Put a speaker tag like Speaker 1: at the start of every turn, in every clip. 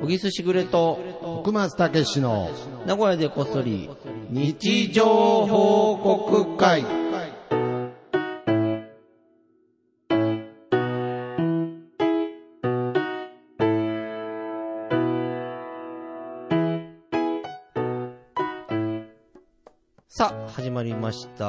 Speaker 1: 小木すしぐれと、
Speaker 2: 奥松たけしの
Speaker 1: 名古屋でこっそり、
Speaker 2: 日常報告会。
Speaker 1: さあ、始まりました。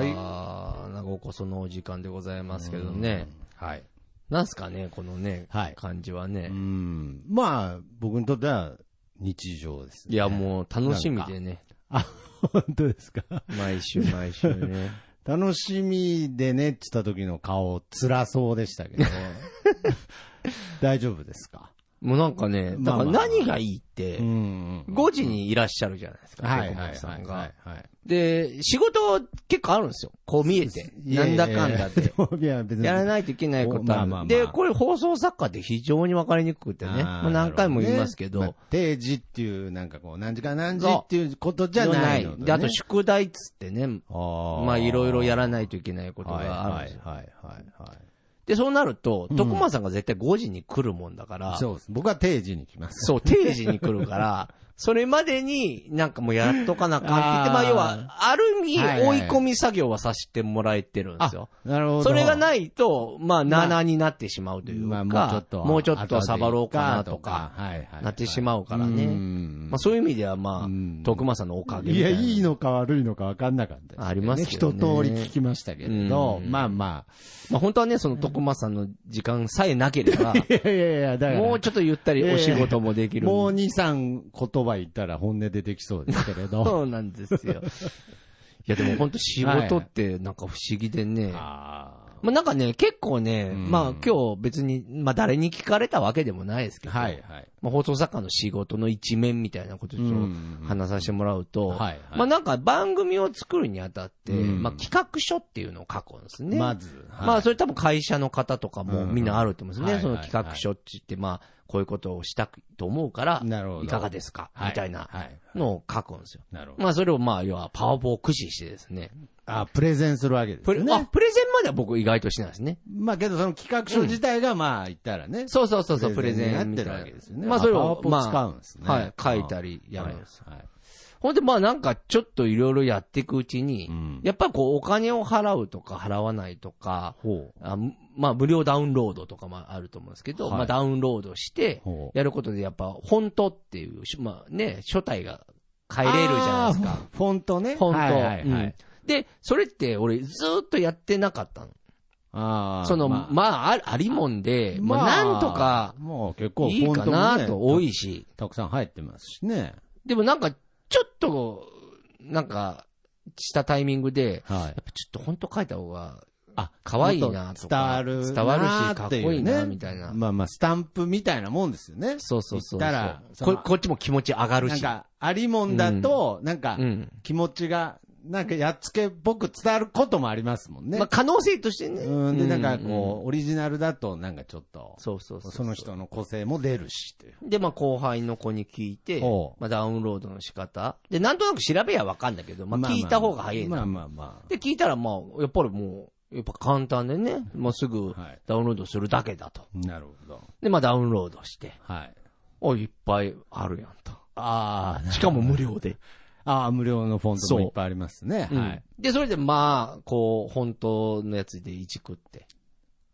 Speaker 2: い
Speaker 1: 名古屋こそのお時間でございますけどね。
Speaker 2: はい。
Speaker 1: なんすかね、このね、
Speaker 2: はい
Speaker 1: 感じは
Speaker 2: う
Speaker 1: ね。
Speaker 2: ん。まあ、僕にとっては日常ですね。
Speaker 1: いや、もう楽しみでね。
Speaker 2: あ、本当ですか。
Speaker 1: 毎週毎週 ね。
Speaker 2: 楽しみでねって言った時の顔、辛そうでした けど。大丈夫ですか
Speaker 1: もうなんかね、だ
Speaker 2: ま
Speaker 1: から
Speaker 2: あまあまあ
Speaker 1: 何がいいって、
Speaker 2: ん
Speaker 1: 5時にいらっしゃるじゃないですか、
Speaker 2: はい
Speaker 1: ペコ
Speaker 2: は
Speaker 1: パ
Speaker 2: い
Speaker 1: さ
Speaker 2: は
Speaker 1: ん
Speaker 2: い
Speaker 1: が
Speaker 2: はいはい。
Speaker 1: で、仕事結構あるんですよ。こう見えて。なんだかんだで。
Speaker 2: いや、別に。
Speaker 1: やらないといけないことある。
Speaker 2: まあまあまあ
Speaker 1: で、これ放送作家って非常にわかりにくくてね。
Speaker 2: あー
Speaker 1: もう何回も言いますけど。
Speaker 2: なるほねまあ定時っていう、なんかこう、何時から何時っていうことじゃないのね。
Speaker 1: で、あと宿題っつってね。
Speaker 2: あー
Speaker 1: まあいろいろやらないといけないことがあるん
Speaker 2: は
Speaker 1: で
Speaker 2: い
Speaker 1: すよ。
Speaker 2: はいはいはいはい。
Speaker 1: で、そうなると、徳間さんが絶対5時に来るもんだから、
Speaker 2: そうです。僕は定時に来ます。
Speaker 1: そう、定時に来るから、 それまでになんかもうやっとかなあかんって言って、
Speaker 2: あー
Speaker 1: まあ要は、ある意味
Speaker 2: はいはい
Speaker 1: 追い込み作業はさせてもらえてるんですよ。
Speaker 2: なるほど。
Speaker 1: それが
Speaker 2: い
Speaker 1: ないと、まあ、7になってしまうというか、
Speaker 2: まあもうちょっと。
Speaker 1: もうちょっとサバろうかなと
Speaker 2: 後
Speaker 1: か、
Speaker 2: でいいはいはいはい。
Speaker 1: なってしまうからね
Speaker 2: うん
Speaker 1: まあ、そういう意味では、ま
Speaker 2: う
Speaker 1: あ、
Speaker 2: ん
Speaker 1: 徳間さんのおかげみ
Speaker 2: い
Speaker 1: た
Speaker 2: や、
Speaker 1: いな。
Speaker 2: いいのか悪いのか分かんなかったです
Speaker 1: ありますけどね
Speaker 2: 一通り聞きましたけれど
Speaker 1: う、ん
Speaker 2: まあまあ。
Speaker 1: まあ、本当はね、その徳間さんの時間さえなければ、
Speaker 2: いやいやい や、だから。
Speaker 1: もうちょっとゆったりお仕事もできる。
Speaker 2: もう2、3言葉言ったら本音出てきそうですけれど。
Speaker 1: そうなんです よ。いや、でも本当仕事ってなんか不思議でね。
Speaker 2: あー
Speaker 1: まあ、なんかね、結構ね、
Speaker 2: ん
Speaker 1: まあ、今日別に、まあ、誰に聞かれたわけでもないですけど、
Speaker 2: はいはい。
Speaker 1: まあ、放送作家の仕事の一面みたいなことを
Speaker 2: うん
Speaker 1: 話させてもらうと、
Speaker 2: はいはい
Speaker 1: まあなんか番組を作るにあたって、
Speaker 2: うん
Speaker 1: まあ企画書っていうのを書くんですね。
Speaker 2: まず。
Speaker 1: ま
Speaker 2: はい
Speaker 1: あそれ多分会社の方とかもみんなあると思うんですね。
Speaker 2: うん
Speaker 1: その企画書って言って、まあこういうことをしたくと思うから、
Speaker 2: なるほど
Speaker 1: いかがですかみたいな
Speaker 2: はいはい
Speaker 1: のを書くんですよ。
Speaker 2: なるほど。
Speaker 1: まあそれをまあ要はパワポを駆使してですね。
Speaker 2: あ、プレゼンするわけで
Speaker 1: プ
Speaker 2: す
Speaker 1: レ,、あ
Speaker 2: ね。
Speaker 1: プレゼンまでは僕意外としてないですね。
Speaker 2: まあけどその企画書自体がまあ言ったらね。
Speaker 1: そうそうそうそう、プ
Speaker 2: プ
Speaker 1: レ
Speaker 2: レ
Speaker 1: ゼ
Speaker 2: ゼン
Speaker 1: ンみたいな
Speaker 2: やってるわけですよね
Speaker 1: まあそれ
Speaker 2: あパワ
Speaker 1: を、
Speaker 2: ポ
Speaker 1: まあ、
Speaker 2: 使うんですね
Speaker 1: はい、書いたりやるんです。
Speaker 2: はい。
Speaker 1: ほんで、まあなんかちょっといろいろやっていくうちに、
Speaker 2: ん
Speaker 1: やっぱりこうお金を払うとか払わないとか、
Speaker 2: ほ
Speaker 1: あむまあ無料ダウンロードとかもあると思うんですけど、
Speaker 2: はい
Speaker 1: まあダウンロードして
Speaker 2: ほ、う
Speaker 1: やることでやっぱフォントっていう、しまあね、書体が変えれるじゃないですか。
Speaker 2: あー。フォントね。
Speaker 1: フォント、
Speaker 2: はいはいは
Speaker 1: うん
Speaker 2: い。
Speaker 1: で、それって俺ずーっとやってなかったの。
Speaker 2: あー
Speaker 1: その、ま
Speaker 2: ま
Speaker 1: あ、ある、ありもんで、
Speaker 2: あ、
Speaker 1: まあ、なんとか、
Speaker 2: もう結構フ
Speaker 1: いい
Speaker 2: ォン
Speaker 1: か
Speaker 2: トも
Speaker 1: な
Speaker 2: ね
Speaker 1: と多いし。
Speaker 2: たくさん入ってますしね。
Speaker 1: でもなんか、ちょっと、なんか、したタイミングで、
Speaker 2: はい
Speaker 1: やっ。ぱちょっと本当書いた方が、
Speaker 2: あ、
Speaker 1: 可愛いなとか、
Speaker 2: 伝わる
Speaker 1: 伝わるし、か
Speaker 2: な
Speaker 1: っ
Speaker 2: っ
Speaker 1: こ
Speaker 2: ていうね
Speaker 1: いいな、みたいな。
Speaker 2: まあまあ、スタンプみたいなもんですよね。
Speaker 1: そうそうそうそう。
Speaker 2: 言ったらそ
Speaker 1: こ
Speaker 2: の
Speaker 1: こっちも気持ち上がる
Speaker 2: なん
Speaker 1: し。
Speaker 2: か、ありもんだと、なんか
Speaker 1: う、ん。
Speaker 2: 気持ちが、なんか、やっつけっぽく伝わることもありますもんね。
Speaker 1: まあ、可能性としてね。
Speaker 2: うん、で、なんか、
Speaker 1: うん
Speaker 2: こう、オリジナルだと、なんかちょっと、
Speaker 1: そうそうそう。
Speaker 2: その。人の個性も出るし、っていう。
Speaker 1: で、まあ、後輩の子に聞いて
Speaker 2: ほ、う
Speaker 1: まあ、ダウンロードの仕方。で、なんとなく調べやわかんだけど、まあ、聞いた方が早い
Speaker 2: まあ
Speaker 1: な。
Speaker 2: まあま
Speaker 1: で、聞いたら、まあ、やっぱりもう、やっぱ簡単でね、もうすぐ
Speaker 2: はい
Speaker 1: ダウンロードするだけだと。
Speaker 2: あ。なるほど。
Speaker 1: で、まあ、ダウンロードして。
Speaker 2: はい。
Speaker 1: お、いっぱいあるやんと。
Speaker 2: あ
Speaker 1: しかも無料で。
Speaker 2: あ、ああ、無料のフォントもいっぱいありますね。
Speaker 1: うん
Speaker 2: はい。
Speaker 1: で、それでまあ、こう、本当のやつでいじくって。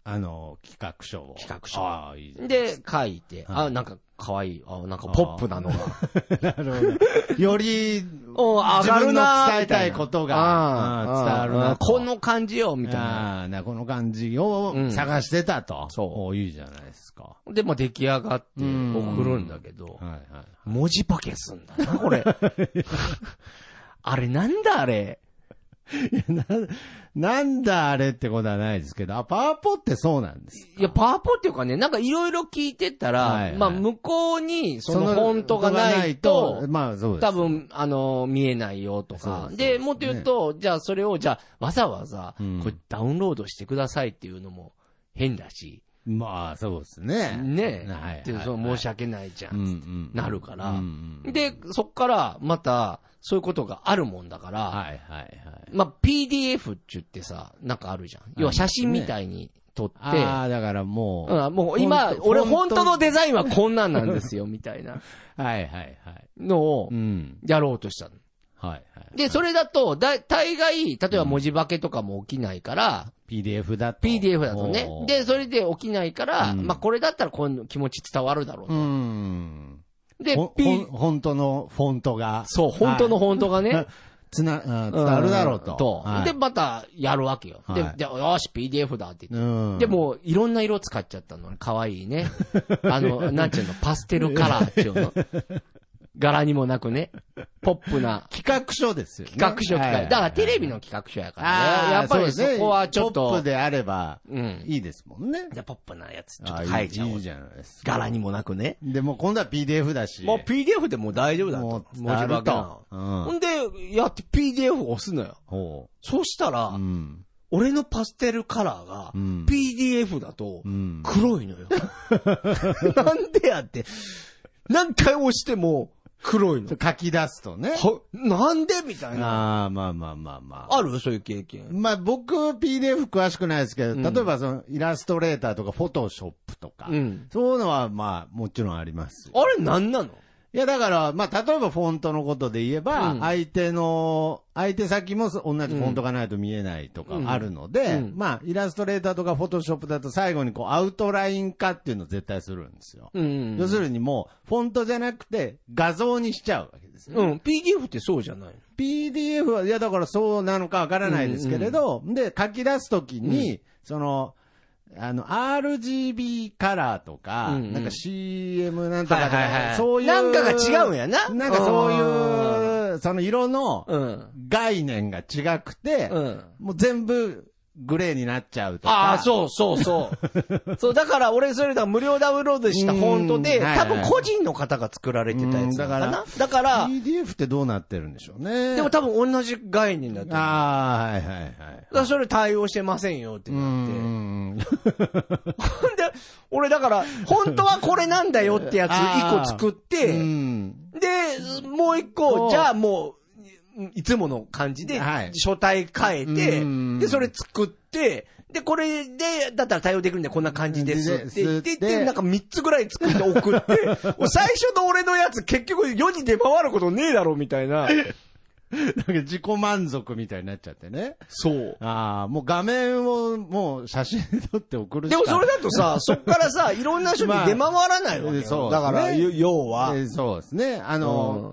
Speaker 2: あの、企画書を。
Speaker 1: 企画書
Speaker 2: ああ、いいで
Speaker 1: で、書いて、
Speaker 2: はい
Speaker 1: あ、なんか可愛い、あ、なんかポップなの が。
Speaker 2: す。なるほど。より、
Speaker 1: お上がるな
Speaker 2: 自分の伝えたいことが
Speaker 1: あ
Speaker 2: うん伝わるな
Speaker 1: あこの感じよ、みたいな。
Speaker 2: ああ、な、この感じを探してたと。
Speaker 1: そう
Speaker 2: おいいじゃないですか。
Speaker 1: で、まあ出来上がって
Speaker 2: うん
Speaker 1: 送るんだけど、
Speaker 2: はいはい。
Speaker 1: 文字化けすんだな、こ れ。あれなんだあれ。
Speaker 2: な、なんだあれってことはないですけど、あ、パワポってそうなんです。
Speaker 1: いや、パワポっていうかね、なんかいろいろ聞いてたら、
Speaker 2: はいはい
Speaker 1: まあ向こうにそのフォントがないと、
Speaker 2: まあそうです。
Speaker 1: 多分、あの、見えないよと
Speaker 2: そう
Speaker 1: か
Speaker 2: で。す
Speaker 1: で
Speaker 2: そうです
Speaker 1: もっと言うと、じゃあそれを、じゃあわざわざ、
Speaker 2: うん
Speaker 1: これダウンロードしてくださいっていうのも変だし、
Speaker 2: まあそうですね。
Speaker 1: ねえ、
Speaker 2: はいはい。
Speaker 1: でその申し訳ないじゃ、
Speaker 2: うんんうん。
Speaker 1: なるから、
Speaker 2: うんうん
Speaker 1: で、そっからまた、そういうことがあるもんだから、
Speaker 2: はいはいはい。
Speaker 1: まあ、PDF って言ってさ、なんかあるじゃん。要は写真みたいに撮って、
Speaker 2: ああ、だからもう、
Speaker 1: うんもう今
Speaker 2: フォン、ト
Speaker 1: 俺
Speaker 2: フォン
Speaker 1: 本
Speaker 2: ト
Speaker 1: 当のデザインはこんなんなんですよ、みたいな
Speaker 2: はいはいはい。
Speaker 1: のを
Speaker 2: うん。
Speaker 1: やろうとしたの。
Speaker 2: はいはい。
Speaker 1: で、それだと、だ、大概、例えば文字化けとかも起きないから、
Speaker 2: PDF だと。
Speaker 1: PDF だとね
Speaker 2: お。ー
Speaker 1: で、それで起きないから、
Speaker 2: うん
Speaker 1: まあこれだったらこの気持ち伝わるだろう
Speaker 2: う
Speaker 1: と。
Speaker 2: ん。
Speaker 1: で
Speaker 2: ほ、ほん
Speaker 1: P、
Speaker 2: 本当のフォントが。
Speaker 1: そう、本当の本当がね、
Speaker 2: はいつな、うん 伝わるだろうと。
Speaker 1: んと
Speaker 2: はい
Speaker 1: で、またやるわけよ。で
Speaker 2: はい、
Speaker 1: じゃあよし、PDF だって言って。
Speaker 2: うん。
Speaker 1: で、も、いろんな色使っちゃったのね。可愛いね。あ の、なんちゅうの、パステルカラーっていうの。柄にもなくね。ポップな
Speaker 2: 企画書ですよね。
Speaker 1: 企画書企
Speaker 2: はいはいは
Speaker 1: 画。
Speaker 2: い
Speaker 1: だからテレビの企画書やからね。
Speaker 2: ああ、
Speaker 1: やっぱり
Speaker 2: う
Speaker 1: そ
Speaker 2: ですね
Speaker 1: こはちょっ
Speaker 2: ポッ
Speaker 1: と
Speaker 2: プ、であれば、
Speaker 1: うん。
Speaker 2: いいですもんね。
Speaker 1: じゃあポップなやつ、ちょっ
Speaker 2: あ
Speaker 1: と書
Speaker 2: あい
Speaker 1: い
Speaker 2: い
Speaker 1: ちゃお
Speaker 2: いういじ。ゃないですか。
Speaker 1: 柄にもなくね。
Speaker 2: で、もう今度は PDF だし。
Speaker 1: もう PDF でもう大丈夫だと。
Speaker 2: も
Speaker 1: 文字
Speaker 2: う伝わ
Speaker 1: 化
Speaker 2: る
Speaker 1: けな
Speaker 2: と。
Speaker 1: の。
Speaker 2: う
Speaker 1: ほ
Speaker 2: ん。
Speaker 1: んで、やって PDF を押すのよ。
Speaker 2: ほ
Speaker 1: そうしたら、
Speaker 2: う。うん。
Speaker 1: 俺のパステルカラーが
Speaker 2: う、ん。
Speaker 1: PDF だと
Speaker 2: う、ん。
Speaker 1: 黒いのよ。 なんでやって。何回押しても、黒いの。
Speaker 2: 書き出すとね。
Speaker 1: はなんでみたいな。
Speaker 2: ああ、まあまあまあまあ。
Speaker 1: あるそういう経験。
Speaker 2: まあ僕、PDF 詳しくないですけど、
Speaker 1: うん
Speaker 2: 例えばその、イラストレーターとか、フォトショップとか、
Speaker 1: うん。
Speaker 2: そういうのはまあ、もちろんあります。
Speaker 1: あれなんなの
Speaker 2: いや、だから、まあ、例えばフォントのことで言えば、
Speaker 1: うん
Speaker 2: 相手の、相手先も同じフォントがないと見えないとかあるので、
Speaker 1: うんうん
Speaker 2: まあ、イラストレーターとかフォトショップだと最後にこう、アウトライン化っていうのを絶対するんですよ。
Speaker 1: うん
Speaker 2: 要するにもう、フォントじゃなくて、画像にしちゃうわけですよ。
Speaker 1: うん。PDF ってそうじゃない
Speaker 2: PDF は、いやだからそうなのかわからないですけれど、で、書き出すときに、その、あの、RGB カラーとか、
Speaker 1: うんうん
Speaker 2: なんか CM なんとかとか、
Speaker 1: はいはいはい
Speaker 2: そういう。
Speaker 1: なんかが違うんやな
Speaker 2: なんかそういう、その色の
Speaker 1: のうん。
Speaker 2: 概念が違くて、
Speaker 1: うん。
Speaker 2: もう全部グレーになっちゃうとか。
Speaker 1: ああ、そうそう そう。そう、だから俺それだ無料ダウンロードしたフォントで、
Speaker 2: うんはい
Speaker 1: 多
Speaker 2: はい
Speaker 1: 分個人の方が作られてたやつだから
Speaker 2: う
Speaker 1: な。だから、
Speaker 2: PDF ってどうなってるんでしょうね。
Speaker 1: でも多分同じ概念だと思う。だか
Speaker 2: ああ、はいはいはい。
Speaker 1: らそれ対応してませんよって
Speaker 2: う
Speaker 1: なって。
Speaker 2: ん。
Speaker 1: ほんで、俺だから、本当はこれなんだよってやつ一個作っ
Speaker 2: う
Speaker 1: て、
Speaker 2: ん。
Speaker 1: で、もう一
Speaker 2: こ
Speaker 1: 個、
Speaker 2: う
Speaker 1: じゃあもう、うんいつもの感じで、
Speaker 2: はい
Speaker 1: 書体変え
Speaker 2: う
Speaker 1: て、
Speaker 2: ん
Speaker 1: で、それ作って、で、これで、だったら対応できるんで、こんな感じですって言って、
Speaker 2: ですって
Speaker 1: でなんか3つぐらい作って送って、 もう最初の俺のやつ結局世に出回ることねえだろ、みたいな。
Speaker 2: なんか自己満足みたいになっちゃってね。
Speaker 1: そう。
Speaker 2: ああ、もう画面をもう写真で撮って送るし
Speaker 1: で
Speaker 2: か
Speaker 1: もそれだとさ、そっからさ、いろんな人に出回らないわけよ。
Speaker 2: そう
Speaker 1: だから、
Speaker 2: ね
Speaker 1: よ要は。
Speaker 2: えーそうですね。あの、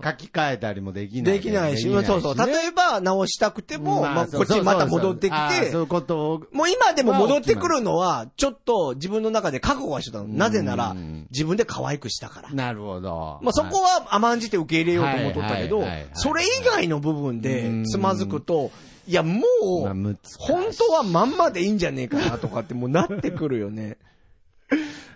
Speaker 1: うん
Speaker 2: 書き換えたりもできない。
Speaker 1: できないし、そうそう。
Speaker 2: ね
Speaker 1: 例えば直したくても、まあ、
Speaker 2: そ
Speaker 1: こ
Speaker 2: う
Speaker 1: っちにまた戻ってき
Speaker 2: そうそうそうあーそう
Speaker 1: て、
Speaker 2: いうことを、
Speaker 1: もう今でも戻ってくるのは、ちょっと自分の中で覚悟はしてたの。なぜなら
Speaker 2: うん、
Speaker 1: 自分で可愛くしたから。
Speaker 2: なるほど。
Speaker 1: まあそこ
Speaker 2: は
Speaker 1: は甘んじて受け入れようと思っとったけど
Speaker 2: はいはいはいはい、
Speaker 1: それ以外の部分でつまずくと、いやも
Speaker 2: まあ
Speaker 1: う、
Speaker 2: 難しい
Speaker 1: 本当はまんまでいいんじゃねえかなとかってもうなってくるよね。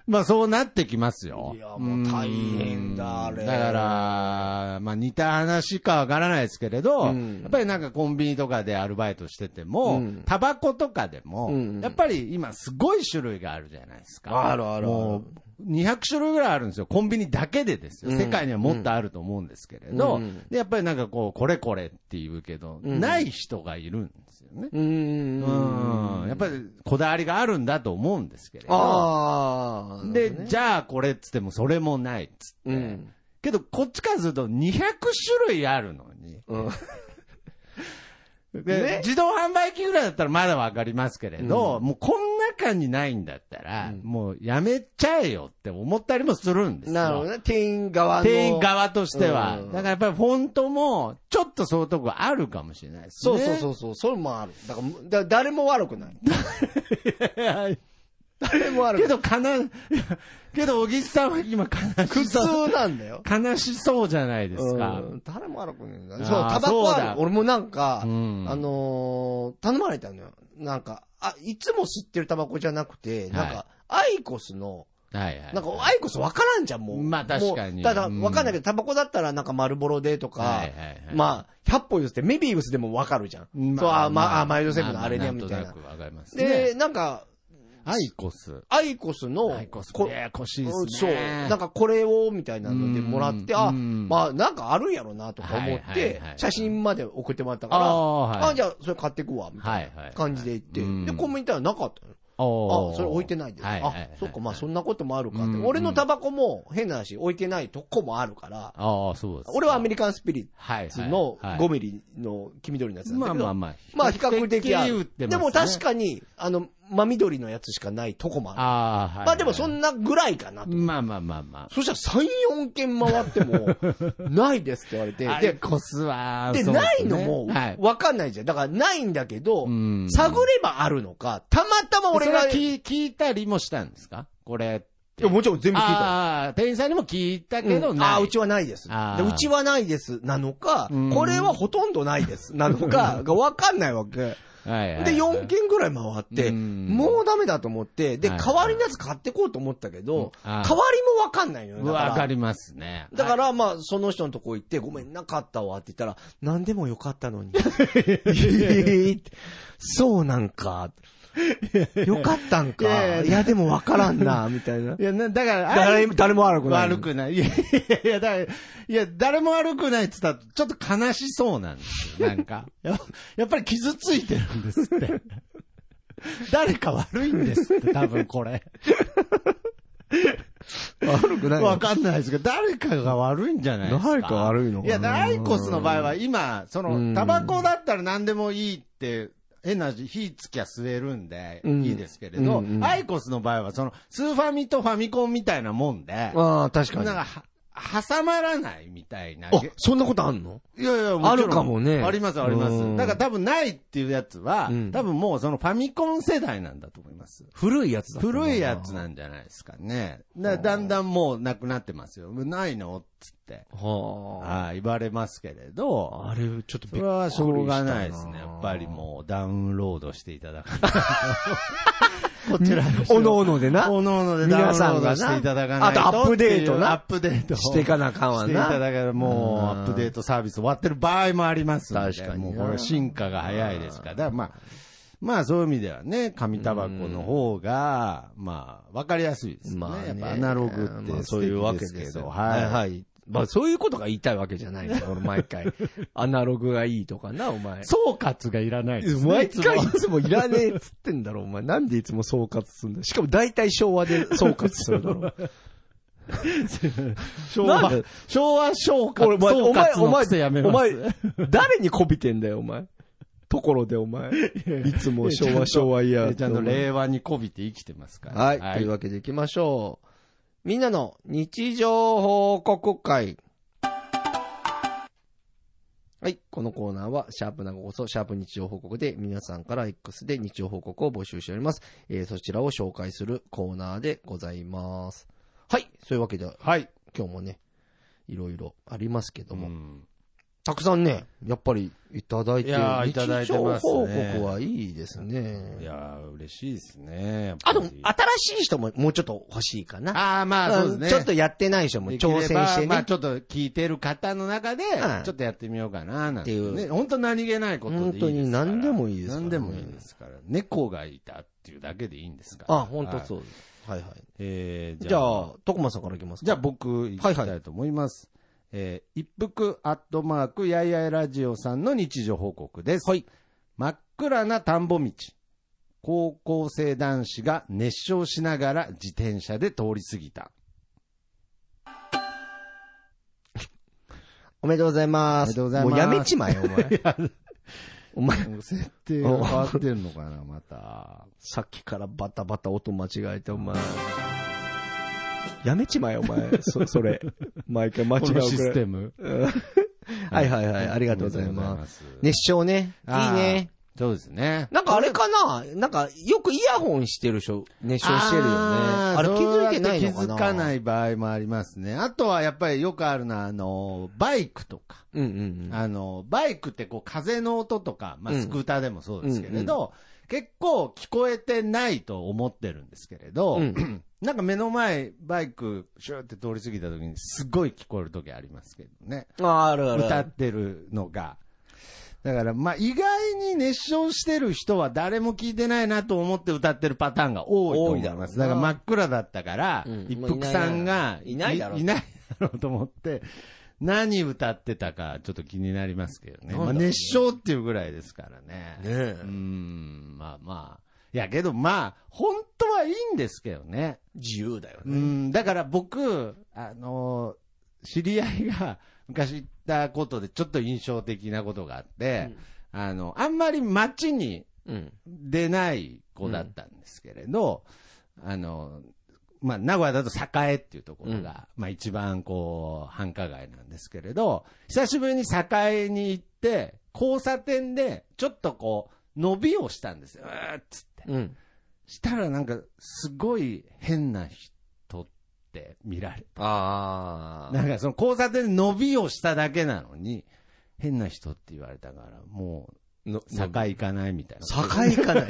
Speaker 2: まあそうなってきますよ。
Speaker 1: いやもう大変だあれ
Speaker 2: うんだから、まあ似た話かわからないですけれど、
Speaker 1: うん
Speaker 2: やっぱりなんかコンビニとかでアルバイトしてても、
Speaker 1: うん
Speaker 2: タバコとかでも、
Speaker 1: うん
Speaker 2: やっぱり今すごい種類があるじゃないですか。
Speaker 1: あるあるある
Speaker 2: もう200種類ぐらいあるんですよ。コンビニだけでですよ。
Speaker 1: うん
Speaker 2: 世界にはもっとあると思うんですけれど、
Speaker 1: うん
Speaker 2: で、やっぱりなんかこう、これこれって言うけど、
Speaker 1: うん
Speaker 2: ない人がいるんですよね。
Speaker 1: うー
Speaker 2: うんん。やっぱりこだわりがあるんだと思うんですけれど。
Speaker 1: ああ。
Speaker 2: で、じゃあこれっつってもそれもないっつって。
Speaker 1: うん。
Speaker 2: けどこっちからすると200種類あるのに。
Speaker 1: うん。
Speaker 2: で
Speaker 1: ね
Speaker 2: 自動販売機ぐらいだったらまだわかりますけれど、もうこん中にないんだったら、
Speaker 1: うん
Speaker 2: もうやめちゃえよって思ったりもするんですよ。
Speaker 1: なるほどね。店員側の。
Speaker 2: 店員側としては。
Speaker 1: うん
Speaker 2: だからやっぱりフォントも、ちょっとそういうとこあるかもしれないです
Speaker 1: そ
Speaker 2: ね。
Speaker 1: うそうそうそう、それもある。だから、だ誰も悪く ない。
Speaker 2: う。
Speaker 1: 誰も悪く ない。
Speaker 2: けど、かな、 けど、小木さんは今悲
Speaker 1: 苦
Speaker 2: しそう。
Speaker 1: 痛なんだよ。
Speaker 2: 悲しそうじゃないですか。
Speaker 1: うん誰も悪くないんだ。
Speaker 2: あ
Speaker 1: そ
Speaker 2: ー
Speaker 1: う、タバコ
Speaker 2: そう
Speaker 1: は
Speaker 2: だ
Speaker 1: ある。俺もなんか、
Speaker 2: うん
Speaker 1: あのー頼まれたのよ。なんか、あ、いつも吸ってるタバコじゃなくて、なんか、アイコスの、
Speaker 2: はいはい。
Speaker 1: なんか、アイコスわからんじゃん、もう。
Speaker 2: まあ確かに
Speaker 1: もうただ、
Speaker 2: うん
Speaker 1: わかんないけど、タバコだったらなんか丸ボロでとか、
Speaker 2: はいはいはい
Speaker 1: まあ、100歩譲って、メビウスでもわかるじゃん。そう、あ、まあ、あマイルドセブンのあれね、みたい
Speaker 2: ん
Speaker 1: な
Speaker 2: と。くわかります
Speaker 1: で、
Speaker 2: ね。
Speaker 1: なんか、
Speaker 2: アイコス。
Speaker 1: アイコスの、
Speaker 2: アイコス。
Speaker 1: こ
Speaker 2: ややこしいで
Speaker 1: うん
Speaker 2: す
Speaker 1: そう。
Speaker 2: ね。
Speaker 1: なんかこれを、みたいなのでもらって、
Speaker 2: うん
Speaker 1: あ、
Speaker 2: うん
Speaker 1: まあなんかあるんやろな、とか思っ
Speaker 2: はいはい
Speaker 1: て
Speaker 2: はい、
Speaker 1: 写真まで送ってもらったから、
Speaker 2: ああー、はい。
Speaker 1: あ、じゃあそれ買ってくわ、みたい
Speaker 2: はいはい。
Speaker 1: な感じで行って
Speaker 2: う、ん
Speaker 1: で、コンビニ行ったらなかったの。
Speaker 2: お
Speaker 3: あ、それ置いてないです。
Speaker 1: はいはいはい
Speaker 3: あ、そっか、まあそんなこともあるかって。
Speaker 1: うん
Speaker 3: 俺のタバコも変な話、置いてないとこもあるから、
Speaker 1: ああ、そうです。
Speaker 3: 俺はアメリカンスピリッ
Speaker 1: はい
Speaker 3: ツの
Speaker 1: はい
Speaker 3: 5ミリの黄緑のやつなんだ
Speaker 2: まあ
Speaker 3: けど、
Speaker 2: まあまあ。
Speaker 3: まあ比較的ある。
Speaker 1: 比較的売ってま
Speaker 3: で
Speaker 1: すね
Speaker 3: も確かに、あの、真緑のやつしかないとこもある。
Speaker 1: ああ、はい。
Speaker 3: まあでもそんなぐらいかなと。
Speaker 1: まあまあまあま
Speaker 3: そしたら3、4軒回っても、 ないですって言われて
Speaker 1: あ。。で、
Speaker 3: で、
Speaker 1: こすわ。
Speaker 3: で、
Speaker 1: そうすね
Speaker 3: ないのも
Speaker 1: はい、。
Speaker 3: わかんないじゃん。だからないんだけど、
Speaker 1: うん
Speaker 3: 探ればあるのか、たまたま俺
Speaker 2: 俺が
Speaker 3: が、い
Speaker 2: 聞い聞いたりもしたんですかこれ。
Speaker 3: やもちろん全部聞いたよ。
Speaker 2: ああ、店員さんにも聞いたけど、
Speaker 3: うん
Speaker 2: ない
Speaker 3: あーうちはないです。で
Speaker 1: あー
Speaker 3: うちはないです。なのか
Speaker 2: うん、
Speaker 3: これはほとんどないです。なのか、がわかんないわけ。
Speaker 1: はいはいはい
Speaker 3: で、4軒ぐらい回って、
Speaker 1: うん
Speaker 3: もうダメだと思って、で、
Speaker 1: は
Speaker 3: 代
Speaker 1: い
Speaker 3: わりのやつ買ってこうと思ったけど、
Speaker 1: うん
Speaker 3: 代
Speaker 1: あ
Speaker 3: わ
Speaker 1: ー
Speaker 3: りもわかんないのよ。だ
Speaker 1: わ
Speaker 3: か。
Speaker 1: からりますね。
Speaker 3: だから、まあ、その人のとこ行って、ごめん、なかったわって言ったら、何でもよかったの に。そうなんか。よかったん
Speaker 2: いやい
Speaker 3: か。
Speaker 2: や
Speaker 3: いや、でもわからん な、みたいな。
Speaker 2: いや、なだから、あ
Speaker 3: 誰
Speaker 2: れ
Speaker 3: 誰も悪くない。
Speaker 2: 悪くない。いやいやいや、だから、いや、誰も悪くないって言ったら、ちょっと悲しそうなんですよ、なんか。 ややっぱり傷ついてるんですって。 誰か悪いんですって、多分これ。
Speaker 3: 悪くない
Speaker 2: わかんないですけど、誰かが悪いんじゃないですか。
Speaker 3: 誰か悪いのか
Speaker 2: い
Speaker 3: な
Speaker 2: や、アイコスの場合は今、そ
Speaker 1: うん
Speaker 2: の、タバコだったら何でもいいって、変な話火つきゃ吸えるんで、
Speaker 3: うん
Speaker 2: いいですけれ
Speaker 3: う
Speaker 2: ど
Speaker 3: んう、ん
Speaker 2: アイコスの場合は、その、スーファミとファミコンみたいなもんで、
Speaker 3: ああ、確か
Speaker 2: なん
Speaker 3: に。
Speaker 2: か
Speaker 3: あ、
Speaker 2: は、挟まらないみたいな。
Speaker 3: そんなことあんの
Speaker 2: いやいや、
Speaker 3: あるかもね
Speaker 2: あります、ありま
Speaker 3: うん
Speaker 2: す。だから多分ないっていうやつは、
Speaker 3: うん
Speaker 2: 多分もうそのファミコン世代なんだと思います。
Speaker 1: 古いやつだ
Speaker 2: 古いやつなんじゃないですかね。だだんだんもうなくなってますよ。ないのっつって。
Speaker 1: は
Speaker 2: ああ、言われますけれ
Speaker 1: あ。
Speaker 2: ど、
Speaker 1: あれ、ちょっと
Speaker 2: そ
Speaker 1: びっくりした
Speaker 2: れはしょうがないですね。やっぱりもうダウンロードしていただかないと。こちらの人
Speaker 1: おのおのでな。
Speaker 2: おのおのでダウンロード
Speaker 1: 皆さんがな
Speaker 2: していただかないと。
Speaker 1: あとアップデートな
Speaker 2: アップデートを
Speaker 1: していかなあかんわ
Speaker 2: していた
Speaker 1: な。
Speaker 2: だけたもう、アップデートサービス終わってる場合もありますんで
Speaker 1: 確かに
Speaker 2: もう
Speaker 1: な
Speaker 2: これ進化が早いですから。だからまあ、まあそういう意味ではね、紙タバコの方が、まあ、わかりやすいですね。
Speaker 1: まあね
Speaker 2: やっぱアナログって、
Speaker 1: まあそういうわけです
Speaker 2: けど、
Speaker 1: よ。
Speaker 2: はい。
Speaker 1: はい。まあそういうことが言いたいわけじゃないんだよ、俺毎 回。アナログがいいとかな、お前。
Speaker 2: 総括がいらないですね
Speaker 1: 毎
Speaker 2: いつも
Speaker 1: 回いつもいらねえっつってんだろ、お前。なんでいつも総括するんだよしかも大体昭和で総括するだ ろ。
Speaker 2: 昭
Speaker 1: な
Speaker 2: 和
Speaker 1: んで、
Speaker 2: 昭和総括、
Speaker 1: 俺、
Speaker 2: 総
Speaker 1: お前、
Speaker 2: 括
Speaker 1: お
Speaker 2: の
Speaker 1: 前
Speaker 2: 癖や、め
Speaker 1: お
Speaker 2: ます。
Speaker 1: 前、誰に媚びてんだよ、お前。ところで、お前。 いつも 昭和昭和いや。
Speaker 2: ちゃんと令和に媚びて生きてますから。
Speaker 1: はい、というわけで行きましょう。みんなの日常報告会。はい。このコーナーは、シャープなごこそ、シャープ日常報告で、皆さんから X で日常報告を募集しております。えーそちらを紹介するコーナーでございます。はい。そういうわけで、
Speaker 2: はい。
Speaker 1: 今日もね、いろいろありますけど
Speaker 2: う
Speaker 1: も、
Speaker 2: ん
Speaker 1: たくさんね、やっぱりいただいて、
Speaker 2: いやーいただいてますね
Speaker 1: 日常報告はいいですね。
Speaker 2: いやー、嬉しいですね。やっぱ
Speaker 3: あ
Speaker 2: り
Speaker 3: と、新しい人ももうちょっと欲しいかな。
Speaker 2: ああ、まあそうですね。
Speaker 3: んちょっとやってない人も
Speaker 2: できれば
Speaker 3: 挑戦してね。
Speaker 2: まあちょっと聞いてる方の中で
Speaker 3: うん、
Speaker 2: ちょっとやってみようかな、なんて
Speaker 1: っていう
Speaker 2: ね。本当何気ないことでいいですから。
Speaker 1: 本当に何でもいいですからね
Speaker 2: 何でもいいですから。猫がいたっていうだけでいいんですから。
Speaker 1: あ、本当
Speaker 2: はい
Speaker 1: そうです。はいはい。
Speaker 2: えー
Speaker 1: じ
Speaker 2: じ
Speaker 1: ゃ
Speaker 2: ゃ
Speaker 1: あ
Speaker 2: あ、、
Speaker 1: 徳間さんからいきますか。
Speaker 2: じゃあ、僕、いきたいと思います。えー一服アットマーク、やいやいラジオさんの日常報告です。
Speaker 1: はい
Speaker 2: 真っ暗な田んぼ道。高校生男子が熱唱しながら自転車で通り過ぎた。
Speaker 1: おめでとうございま
Speaker 2: おめでとうございます
Speaker 1: もうやめちまえよ、 お前。お前、
Speaker 2: 設定が変わってんのか な、また。
Speaker 1: さっきからバタバタ音間違えて、お前。やめちまえよ、お前。 そ、それ。毎回間違う
Speaker 2: こ
Speaker 1: く
Speaker 2: の
Speaker 1: らい。
Speaker 2: システム。
Speaker 1: はいはいはい。ありがとうございます。
Speaker 2: す。
Speaker 1: 熱唱ね。いいね。
Speaker 2: あー。そうですね。
Speaker 1: なんかあれかななんか、よくイヤホンしてる人、熱唱してるよね。あ
Speaker 2: ー
Speaker 1: れ気づいてないの
Speaker 2: そう
Speaker 1: か
Speaker 2: や
Speaker 1: な。
Speaker 2: って気づかないい場合もありますね。あとはやっぱりよくあるのは、あの、バイクとか。
Speaker 1: うんうんうん。
Speaker 2: あの、バイクってこう風の音とか、まあ
Speaker 1: うん
Speaker 2: スクーターでもそうですけれど、結構聞こえてないと思ってるんですけれど、
Speaker 1: う
Speaker 2: なんか目の前バイクシューって通り過ぎた時にすごい聞こえる時ありますけどね。
Speaker 1: あー、あるある。
Speaker 2: 歌ってるのが。だから、まあ、意外に熱唱してる人は誰も聞いてないなと思って歌ってるパターンが多いと思います。
Speaker 1: 多
Speaker 2: だ
Speaker 1: いだろう
Speaker 2: から
Speaker 1: な
Speaker 2: 真っ暗だったから、
Speaker 1: うん
Speaker 2: 一服さん
Speaker 1: も
Speaker 2: が
Speaker 1: ういないだろう
Speaker 2: いないだろうと思って、何歌ってたかちょっと気になりますけどね。
Speaker 1: なんだろ
Speaker 2: ま
Speaker 1: う
Speaker 2: あ、
Speaker 1: ね
Speaker 2: 熱唱っていうぐらいですから
Speaker 1: ね
Speaker 2: ね。
Speaker 1: え
Speaker 2: うーん、まあまあ。いやけどまあ、本当はいいんですけどね。
Speaker 1: 自由だよ
Speaker 2: う
Speaker 1: ね。
Speaker 2: ん、だから僕、あの知り合いが 昔言ったことでちょっと印象的なことがあって、あの、あんまり街に
Speaker 1: うん。
Speaker 2: 出ない子だったんですけれど、あの、まあ、名古屋だと栄っていうところが、まあ、一番こう、繁華街なんですけれど、久しぶりに栄に行って、交差点で、ちょっとこう、伸びをしたんですよ。うーっつって。
Speaker 1: うん。
Speaker 2: したらなんか、すごい変な人って見られ
Speaker 1: あ
Speaker 2: なんかその交差点で伸びをしただけなのに、変な人って言われたから、も
Speaker 1: ー。の
Speaker 2: う、境行かないみたいな。
Speaker 1: 境いかない。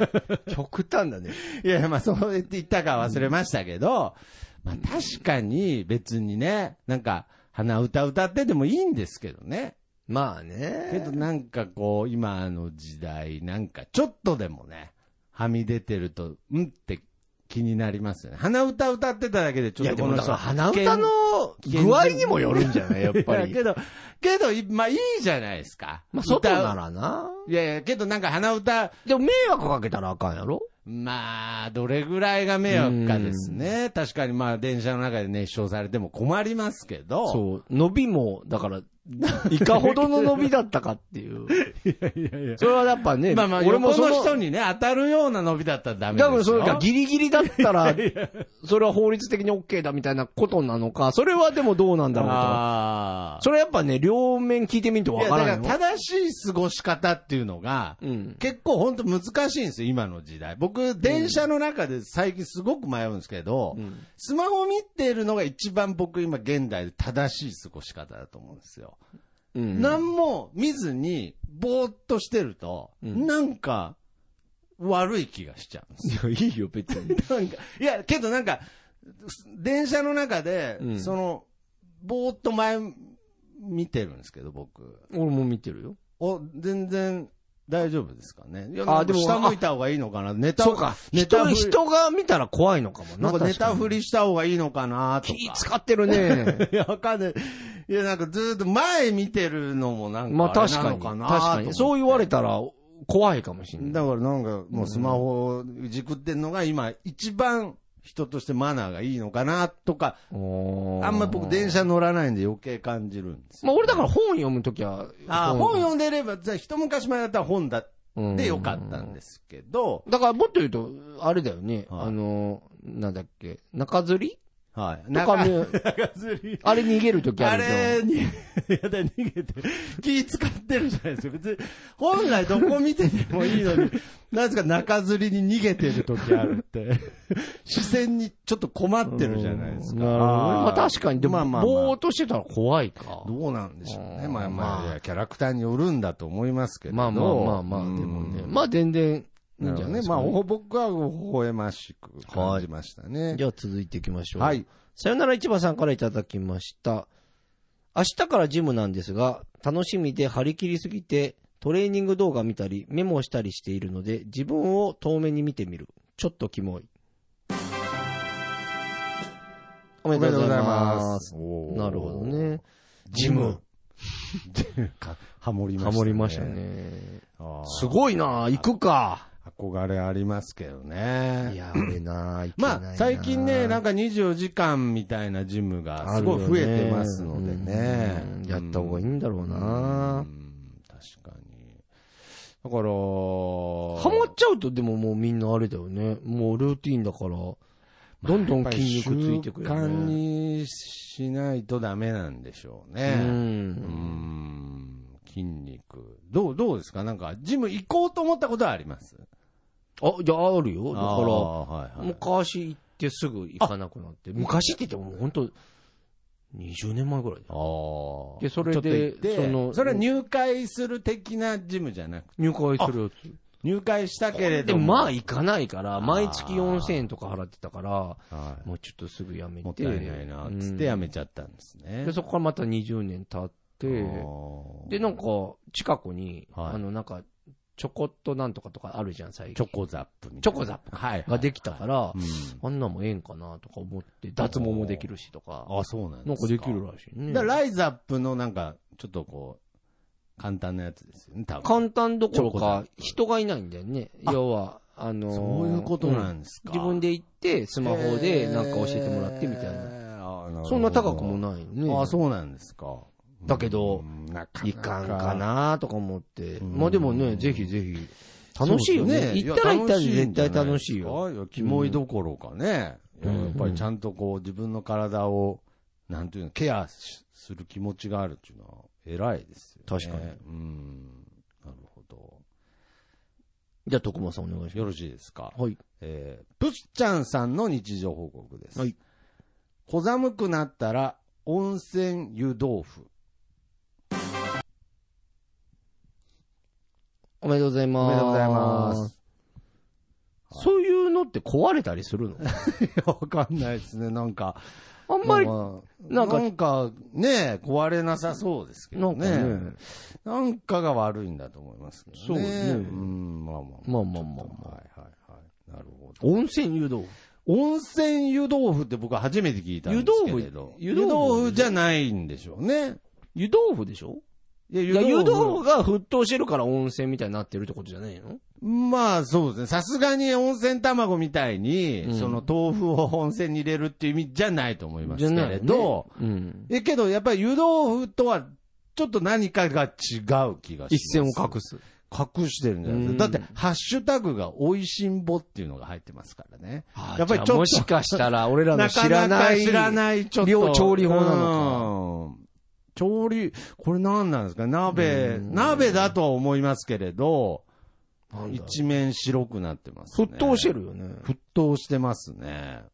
Speaker 1: 極端だね。
Speaker 2: いや、まあ、そう言って言ったかは忘れましたけど、まあ、確かに別にね、なんか、鼻歌歌ってでもいいんですけどね。
Speaker 1: まあね。
Speaker 2: けどなんかこう、今の時代、なんかちょっとでもね、はみ出てると、うんって気になりますよね。鼻歌歌ってただけでち
Speaker 1: い
Speaker 2: ょ
Speaker 1: や
Speaker 2: っ
Speaker 1: で
Speaker 2: とこ
Speaker 1: も
Speaker 2: の
Speaker 1: だか
Speaker 2: 人
Speaker 1: ら鼻歌の具合にもよるんじゃないやっぱ
Speaker 2: い
Speaker 1: り。
Speaker 2: けど、けど、いまあいいじゃないですか。
Speaker 1: まあ外
Speaker 2: 歌
Speaker 1: ならな。
Speaker 2: いやいや、けどなんか鼻歌、
Speaker 1: でも迷惑かけたらあかんやろ
Speaker 2: まあ、どれぐらいが迷惑かですね。確かにまあ、電車の中で熱唱されても困りますけど。
Speaker 1: そう。伸びも、だから、いかほどの伸びだったかっていう。
Speaker 2: いやいや。
Speaker 1: それはやっぱね、
Speaker 2: まあまあ、
Speaker 1: 俺
Speaker 2: 俺も
Speaker 1: もそ
Speaker 2: の
Speaker 1: の
Speaker 2: 人にね、当たるような伸びだったらダメです
Speaker 1: 多
Speaker 2: よ。
Speaker 1: 分それがギリギリだったら、それは法律的に OK だみたいなことなのか、それはでもどうなんだろうと。
Speaker 2: ああ。
Speaker 1: それやっぱね、両面聞いてみると
Speaker 2: い
Speaker 1: わ
Speaker 2: や、
Speaker 1: か
Speaker 2: だからら
Speaker 1: んよ。
Speaker 2: 正しい過ごし方っていうのが、
Speaker 1: うん。
Speaker 2: 結構本当難しいんですよ、今の時代。僕、電車の中で最近すごく迷うんですけど、
Speaker 1: うん
Speaker 2: スマホ見てるのが一番僕今現代で正しい過ごし方だと思うんですよ。
Speaker 1: うん。
Speaker 2: 何も見ずに、ぼーっとしてると、
Speaker 1: うん
Speaker 2: なんか、悪い気がしちゃうんですよ。
Speaker 1: いいよ、別に。
Speaker 2: なんか、いや、けどなんか、電車の中で、
Speaker 1: うん
Speaker 2: その、ぼーっと前、見てるんですけど、僕。
Speaker 1: 俺も見てるよ。
Speaker 2: お、全然、大丈夫ですかね。いや、
Speaker 1: あ
Speaker 2: なんか
Speaker 1: でも
Speaker 2: 下向いた方がいいのかな。ネタ、
Speaker 1: そうか。
Speaker 2: ネタ
Speaker 1: 人、
Speaker 2: 振り
Speaker 1: 人が見たら怖いのかも
Speaker 2: な
Speaker 1: な。
Speaker 2: んかネタ振
Speaker 1: り。
Speaker 2: りした方がいいのかな、と
Speaker 1: 気
Speaker 2: か。
Speaker 1: 使ってるね。
Speaker 2: いや、わかんない。いや、なんかずーっと前見てるのもな ん
Speaker 1: まあ
Speaker 2: かあれ
Speaker 1: 確
Speaker 2: な
Speaker 1: か
Speaker 2: の
Speaker 1: に。
Speaker 2: か
Speaker 1: 確
Speaker 2: な
Speaker 1: かに。そう言われたら、怖いかもしれな
Speaker 2: だ
Speaker 1: い。
Speaker 2: からなんか、もうスマホをじくってんのが今、一番人としてマナーがいいのかなとか、あ
Speaker 1: あ
Speaker 2: んま僕電車乗らないんで余計感じるんですよ。
Speaker 1: まあ俺だから本読むときは、
Speaker 2: あー本読んでれば、じゃあ一昔前だったら本だ
Speaker 1: 読
Speaker 2: ってよかったんですけど、
Speaker 1: だからもっと言うと、あれだよね。
Speaker 2: はい
Speaker 1: あの、なんだっけ、中吊り
Speaker 2: はい。
Speaker 1: とか
Speaker 2: 中
Speaker 1: も、
Speaker 2: 中吊り
Speaker 1: あれ逃げるときあ
Speaker 2: あ
Speaker 1: るじゃん。
Speaker 2: れに、いやだ、逃げて、気使ってるじゃないですか。別に、本来どこ見ててもいいのに、なぜか中吊りに逃げてる時あるって。視線にちょっと困ってるじゃないですか。
Speaker 1: なるほどねまあ確かに、でも、
Speaker 2: まあまあまあ
Speaker 1: ぼーっとしてたら怖いか。
Speaker 2: どうなんでしょうね。
Speaker 1: うん
Speaker 2: まあまあ、
Speaker 1: まあ
Speaker 2: いやキャラクターによるんだと思いますけど。
Speaker 1: まあまあまあまあ、で
Speaker 2: うん
Speaker 1: もね。まあ全然、いい
Speaker 2: なんる
Speaker 1: じ
Speaker 2: ほ
Speaker 1: ゃ
Speaker 2: ど
Speaker 1: ないで
Speaker 2: ね。
Speaker 1: す
Speaker 2: ま
Speaker 1: か
Speaker 2: あ、
Speaker 1: ね、
Speaker 2: ほ僕は微笑ましく感じましたね。
Speaker 1: じゃあ続いていきましょう。
Speaker 2: はい。
Speaker 1: さよなら市場さんからいただきました。明日からジムなんですが、楽しみで張り切りすぎて、トレーニング動画見たり、メモしたりしているので、自分を遠目に見てみる。ちょっとキモい。お
Speaker 2: お
Speaker 1: め
Speaker 2: め
Speaker 1: で
Speaker 2: で
Speaker 1: とうござ
Speaker 2: とうござ
Speaker 1: いま。
Speaker 2: いますす。
Speaker 1: なるほど。ね。
Speaker 2: ジム。か ハモりまし
Speaker 1: ハ
Speaker 2: たね。
Speaker 1: モりましたね。
Speaker 2: あー。
Speaker 1: すごいな行くか。
Speaker 2: 憧れありますけどね。
Speaker 1: いや、俺な行けないな
Speaker 2: まあ、最近ね、なんか24時間みたいなジムがすごい増えてますのでね。
Speaker 1: うんやった方がいいんだろうな
Speaker 2: う
Speaker 1: ハ
Speaker 2: ん確かに。だから、ハ
Speaker 1: マっちゃうとでももうみんなあれだよね。もうルーティンだから、どんどん筋肉ついてくる
Speaker 2: 習
Speaker 1: よ
Speaker 2: 慣
Speaker 1: ね。
Speaker 2: にしないとダメなんでしょう
Speaker 1: う。
Speaker 2: ね。うんん。筋肉。どう、どうですかなんか、ジム行こうと思ったことはあります
Speaker 1: あ、いや、あるよ。
Speaker 2: だ
Speaker 1: だか
Speaker 2: はい
Speaker 1: ら、
Speaker 2: はい。
Speaker 1: 昔行ってすぐ行かなくなって。昔って言ってももう本当20年前ぐらいだよ。
Speaker 2: ああ。
Speaker 1: でそれで
Speaker 2: ちょっと行って
Speaker 1: その
Speaker 2: それは入会する的なジムじゃなくて、
Speaker 1: 入会するやつ。
Speaker 2: 入会したけれ
Speaker 1: で
Speaker 2: ど
Speaker 1: も
Speaker 2: も。
Speaker 1: まあ行かないから、
Speaker 2: ー
Speaker 1: 毎月4000円とか払ってたから、
Speaker 2: は
Speaker 1: もうちょっとすぐやめて。
Speaker 2: いもったいないな、つってやめちゃったんですね。
Speaker 1: うんで、そこからまた20年経って、
Speaker 2: あー
Speaker 1: で、なんか、近くに、
Speaker 2: はい
Speaker 1: あの、なんか、チョコっとなんとかとかあるじゃん、最
Speaker 2: チ
Speaker 1: 近。
Speaker 2: ョコザップみたいな。
Speaker 1: チョコザップ
Speaker 2: はい。
Speaker 1: ができたから、
Speaker 2: うん
Speaker 1: あんなんもええんかなとか思って、脱毛もできるしとか、
Speaker 2: あ、そうなんです
Speaker 1: なんかできるらしいね。
Speaker 2: だからライザップのなんか、ちょっとこう、簡単なやつですよね、多分。
Speaker 1: 簡単どころ
Speaker 2: チョコだ
Speaker 1: か、人がいないんだよね。要は、あのー
Speaker 2: そういうことなんですか
Speaker 1: 自分で行って、スマホでなんか教えてもらってみたいな。
Speaker 2: な
Speaker 1: そんな高くも
Speaker 2: い。
Speaker 1: ないね。
Speaker 2: あ、そうなんですか。
Speaker 1: だけど
Speaker 2: うん、なか
Speaker 1: い
Speaker 2: な
Speaker 1: かんか。なとか思って。まあでもね、ぜひぜひ。
Speaker 2: そう
Speaker 1: 楽
Speaker 2: で
Speaker 1: し
Speaker 2: す
Speaker 1: いよね。行ったら行ったら絶対楽しい。
Speaker 2: や
Speaker 1: よ。
Speaker 2: 楽じゃなですかやキモいどころかね。
Speaker 1: うん
Speaker 2: やっぱりちゃんとこう自分の体を、なんていうの、ケアしする気持ちがあるっていうのは偉いですよね。
Speaker 1: 確かに
Speaker 2: うん。なるほど。
Speaker 1: じゃあ、徳間さんお願いしま
Speaker 2: よろしいですか。
Speaker 1: す。はい。
Speaker 2: えー、プスちゃんさんの日常報告です。
Speaker 1: はい
Speaker 2: 小寒くなったら、温泉湯豆腐。
Speaker 1: おめでとうございます。
Speaker 2: おめでとうございます。
Speaker 1: そういうのって壊れたりするの
Speaker 2: いやわかんないですね。なんか、
Speaker 1: あんまり、
Speaker 2: まあ
Speaker 1: なんか
Speaker 2: なんかね、壊れなさそうですけ
Speaker 1: な
Speaker 2: ど
Speaker 1: んか
Speaker 2: ね。なん
Speaker 1: ね。
Speaker 2: かが悪いんだと思いますけどね。
Speaker 1: そうね
Speaker 2: うん、まあまあ。
Speaker 1: まあまあまあまあ。
Speaker 2: はいはいはい。なるほど。
Speaker 1: 温泉誘導。
Speaker 2: 温泉湯豆腐って僕は初めて聞いたんですけれど。
Speaker 1: 湯豆腐
Speaker 2: 湯豆腐じゃないんでしょうね。
Speaker 1: 湯豆腐でしょ
Speaker 2: いや、
Speaker 1: いや、湯豆腐が沸騰してるから温泉みたいになってるってことじゃないの
Speaker 2: まあそうですね。さすがに温泉卵みたいに、
Speaker 1: うん
Speaker 2: その豆腐を温泉に入れるっていう意味じゃないと思いますけれ
Speaker 1: じゃない
Speaker 2: ど、
Speaker 1: うん。
Speaker 2: え、けどやっぱり湯豆腐とはちょっと何かが違う気がします。
Speaker 1: 一線を隠す。
Speaker 2: 隠してるんじゃないですか。だって、ハッシュタグが美味しんぼっていうのが入ってますからね。やっぱりちょっと
Speaker 1: もしかしたら、俺らの
Speaker 2: なか
Speaker 1: 知
Speaker 2: な
Speaker 1: らな
Speaker 2: か
Speaker 1: い。
Speaker 2: 知らない、ちょっと。
Speaker 1: 料調理法なの
Speaker 2: のか。調理、これ何なんですか鍋、
Speaker 1: うん
Speaker 2: 鍋だとは思いますけれど、
Speaker 1: なんだ
Speaker 2: 一面白くなってます、ね。
Speaker 1: 沸騰してるよね。
Speaker 2: 沸騰してますね。